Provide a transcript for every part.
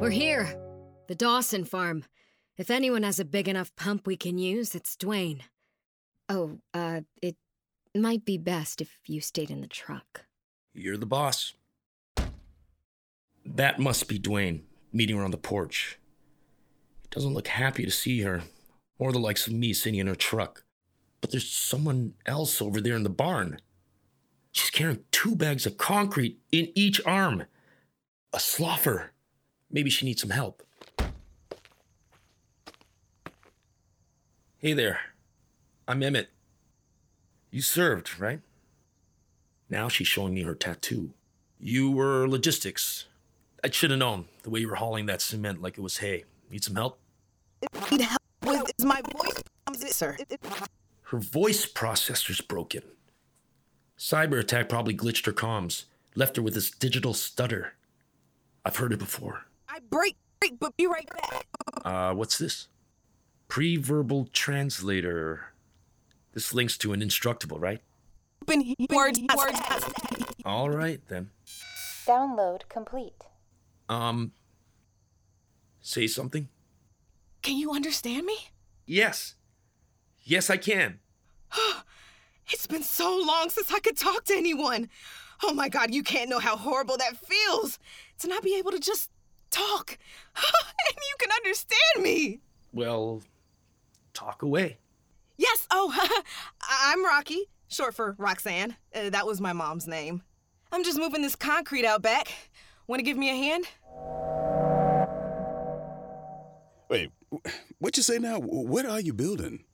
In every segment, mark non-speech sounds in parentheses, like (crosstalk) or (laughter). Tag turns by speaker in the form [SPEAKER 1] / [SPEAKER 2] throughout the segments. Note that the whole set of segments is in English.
[SPEAKER 1] We're here. The Dawson farm. If anyone has a big enough pump we can use, it's Dwayne. Oh, uh, it might be best if you stayed in the truck.
[SPEAKER 2] You're the boss. That must be Dwayne, meeting her on the porch. He doesn't look happy to see her, or the likes of me sitting in her truck. But there's someone else over there in the barn. She's carrying two bags of concrete in each arm. A sloffer. Maybe she needs some help. Hey there. I'm Emmett. You served, right? Now she's showing me her tattoo. You were logistics. I should have known the way you were hauling that cement like it was hay. Need some help?
[SPEAKER 3] need help with is my voice comes it, sir.
[SPEAKER 2] Her voice processor's broken. Cyber attack probably glitched her comms, left her with this digital stutter. I've heard it before.
[SPEAKER 3] I break, break, but be right back.
[SPEAKER 2] Uh, what's this? Pre-verbal translator. This links to an instructable, right?
[SPEAKER 3] Open words, words.
[SPEAKER 2] All right then.
[SPEAKER 4] Download complete.
[SPEAKER 2] Um. Say something.
[SPEAKER 5] Can you understand me?
[SPEAKER 2] Yes. Yes, I can.
[SPEAKER 5] It's been so long since I could talk to anyone. Oh my god, you can't know how horrible that feels to not be able to just talk (laughs) and you can understand me.
[SPEAKER 2] Well, talk away.
[SPEAKER 5] Yes, oh, (laughs) I- I'm Rocky, short for Roxanne. Uh, that was my mom's name. I'm just moving this concrete out back. Want to give me a hand?
[SPEAKER 6] Wait, wh- what you say now? Wh- What are you building?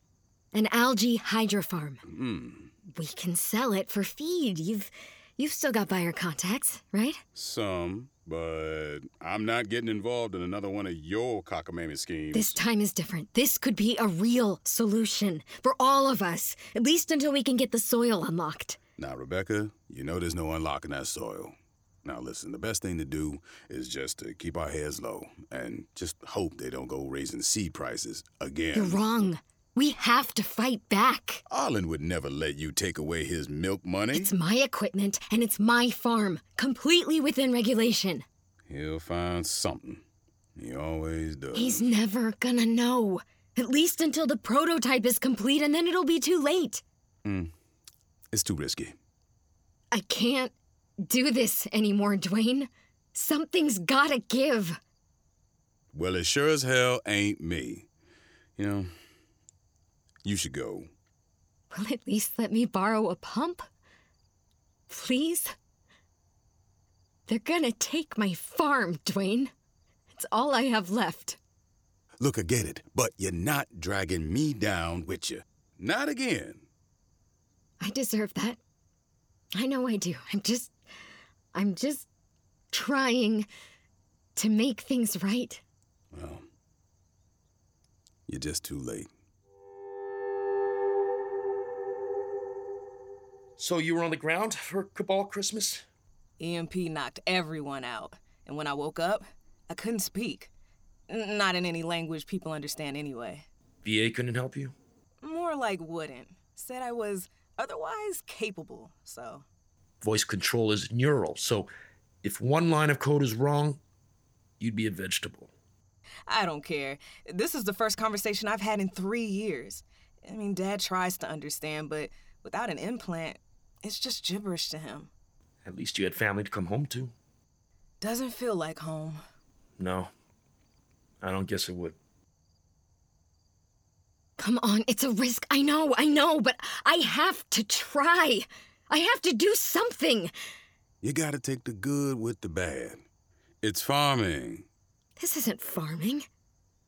[SPEAKER 1] An algae hydro farm. We can sell it for feed. You've you've still got buyer contacts, right?
[SPEAKER 6] Some, but I'm not getting involved in another one of your cockamamie schemes.
[SPEAKER 1] This time is different. This could be a real solution for all of us, at least until we can get the soil unlocked.
[SPEAKER 6] Now, Rebecca, you know there's no unlocking that soil. Now, listen, the best thing to do is just to keep our heads low and just hope they don't go raising seed prices again.
[SPEAKER 1] You're wrong. We have to fight back.
[SPEAKER 6] Arlen would never let you take away his milk money.
[SPEAKER 1] It's my equipment and it's my farm, completely within regulation.
[SPEAKER 6] He'll find something. He always does.
[SPEAKER 1] He's never gonna know. At least until the prototype is complete, and then it'll be too late.
[SPEAKER 6] It's too risky.
[SPEAKER 1] I can't do this anymore, Dwayne. Something's gotta give.
[SPEAKER 6] Well, it sure as hell ain't me. You know, you should go.
[SPEAKER 1] Will at least let me borrow a pump? Please? They're gonna take my farm, Dwayne. It's all I have left.
[SPEAKER 6] Look, I get it, but you're not dragging me down with you. Not again.
[SPEAKER 1] I deserve that. I know I do. I'm just. I'm just trying to make things right.
[SPEAKER 6] Well, you're just too late.
[SPEAKER 2] So you were on the ground for Cabal Christmas?
[SPEAKER 5] EMP E knocked everyone out, and when I woke up, I couldn't speak. N- not in any language people understand anyway.
[SPEAKER 2] VA couldn't help you?
[SPEAKER 5] More like wouldn't. Said I was otherwise capable, so.
[SPEAKER 2] Voice control is neural, so if one line of code is wrong, you'd be a vegetable.
[SPEAKER 5] I don't care. This is the first conversation I've had in three years. I mean, Dad tries to understand, but without an implant, it's just gibberish to him.
[SPEAKER 2] At least you had family to come home to.
[SPEAKER 5] Doesn't feel like home.
[SPEAKER 2] No. I don't guess it would.
[SPEAKER 1] Come on, it's a risk. I know, I know, but I have to try. I have to do something.
[SPEAKER 6] You gotta take the good with the bad. It's farming.
[SPEAKER 1] This isn't farming.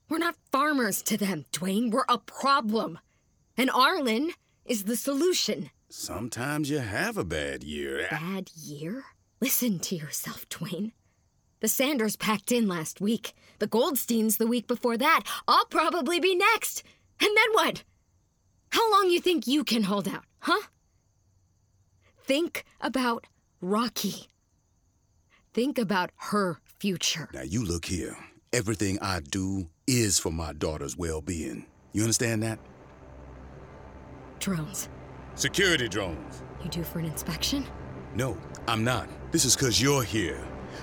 [SPEAKER 1] We're not farmers to them, Dwayne. We're a problem. and Arlen is the solution.
[SPEAKER 6] Sometimes you have a bad year. Ah,
[SPEAKER 1] Bad year? Listen to yourself, Dwayne. The Sanders packed in last week, the Goldsteins the week before that. I'll probably be next. And then what? How long you think you can hold out, huh? Think about Rocky. Think about her future.
[SPEAKER 6] Now you look here. Everything I do is for my daughter's well-being. You understand that?
[SPEAKER 1] Drones.
[SPEAKER 6] Security drones.
[SPEAKER 1] You due for an inspection?
[SPEAKER 6] No, I'm not. This is cause you're here.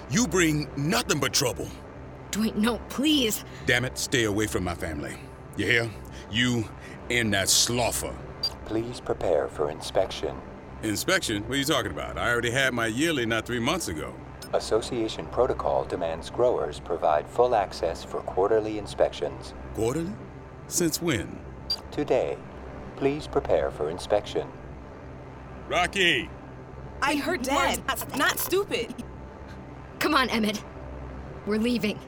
[SPEAKER 6] You bring nothing but trouble.
[SPEAKER 1] Dwayne, no, please.
[SPEAKER 6] Damn it, stay away from my family. You hear? You and that schloffer.
[SPEAKER 7] Please prepare for inspection.
[SPEAKER 6] Inspection? What are you talking about? I already had my yearly not three months ago.
[SPEAKER 7] Association protocol demands growers provide full access for quarterly inspections.
[SPEAKER 6] Quarterly? Since when?
[SPEAKER 7] Today, please prepare for inspection.
[SPEAKER 6] Rocky!
[SPEAKER 5] I heard dad. Not, not stupid.
[SPEAKER 1] Come on, Emmett. We're leaving.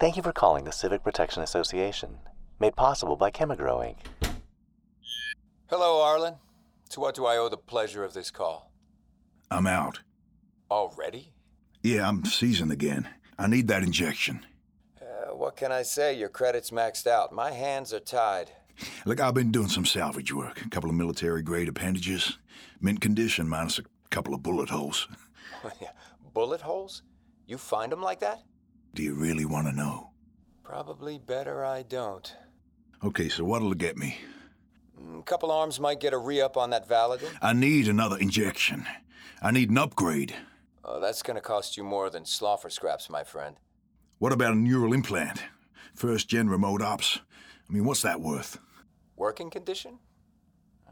[SPEAKER 8] Thank you for calling the Civic Protection Association, made possible by Chemigrowing.
[SPEAKER 7] Hello, Arlen. To what do I owe the pleasure of this call?
[SPEAKER 9] I'm out.
[SPEAKER 7] Already?
[SPEAKER 9] Yeah, I'm seasoned again. I need that injection.
[SPEAKER 7] Uh, what can I say? Your credit's maxed out. My hands are (laughs) tied.
[SPEAKER 9] Look, I've been doing some salvage work. A couple of military grade appendages. Mint condition, minus a couple of bullet holes.
[SPEAKER 7] Bullet holes? You find them like that?
[SPEAKER 9] Do you really want to know?
[SPEAKER 7] Probably better I don't.
[SPEAKER 9] Okay, so what'll it get me?
[SPEAKER 7] Mm, Couple arms might get a re up on that Valadin.
[SPEAKER 9] I need another injection. I need an upgrade.
[SPEAKER 7] Oh, that's gonna cost you more than sloffer scraps, my friend.
[SPEAKER 9] What about a neural implant? First gen remote ops. I mean, what's that worth?
[SPEAKER 7] Working condition?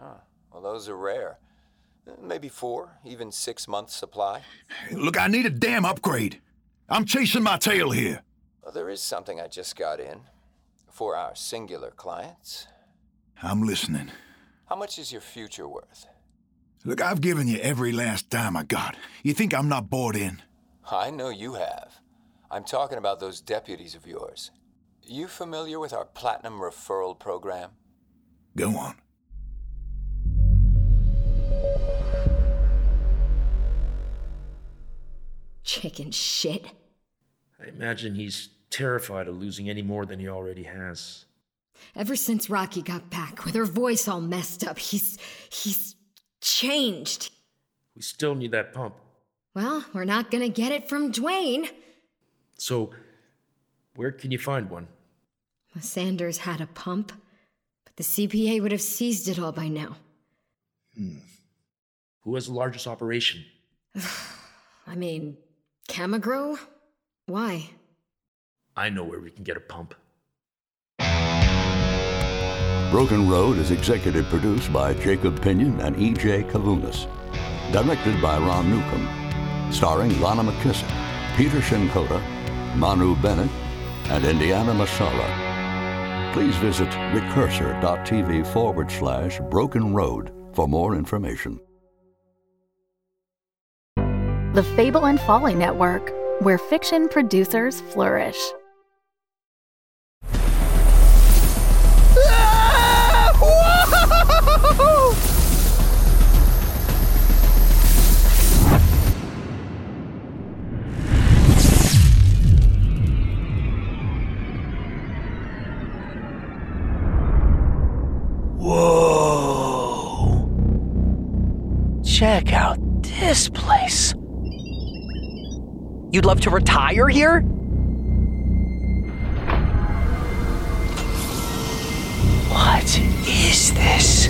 [SPEAKER 7] Oh, well, those are rare. Uh, Maybe four, even six months supply.
[SPEAKER 9] Look, I need a damn upgrade. I'm chasing my tail here.
[SPEAKER 7] Well, Uh, there is something I just got in for our singular clients.
[SPEAKER 9] I'm listening.
[SPEAKER 7] How much is your future worth?
[SPEAKER 9] Look, I've given you every last dime I got. You think I'm not bought in?
[SPEAKER 7] I know you have. I'm talking about those deputies of yours. You familiar with our platinum referral program?
[SPEAKER 9] Go on.
[SPEAKER 1] Chicken shit.
[SPEAKER 2] I imagine he's terrified of losing any more than he already has.
[SPEAKER 1] Ever since Rocky got back, with her voice all messed up, he's. he's. changed.
[SPEAKER 2] We still need that pump.
[SPEAKER 1] Well, we're not gonna get it from Dwayne.
[SPEAKER 2] So, where can you find one?
[SPEAKER 1] Sanders had a pump, but the CPA would have seized it all by now.
[SPEAKER 2] Who has the largest operation?
[SPEAKER 1] I mean, Camagro? Why?
[SPEAKER 2] I know where we can get a pump.
[SPEAKER 8] Broken Road is executive produced by Jacob Pinion and E.J. Kavunas. Directed by Ron Newcomb. Starring Lana McKissick, Peter Shinkota, Manu Bennett, and Indiana Masala. Please visit recursor.tv forward slash broken road for more information.
[SPEAKER 10] The Fable and Folly Network, where fiction producers flourish.
[SPEAKER 8] Whoa! Check out this place.
[SPEAKER 11] You'd love to retire here? What is this?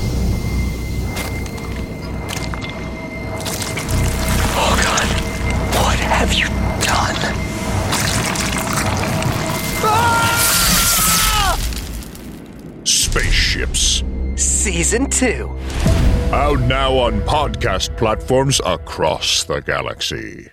[SPEAKER 11] Oh god, what have you done?
[SPEAKER 12] Ah! Spaceships.
[SPEAKER 11] Season 2.
[SPEAKER 12] Out now on podcast platforms across the galaxy.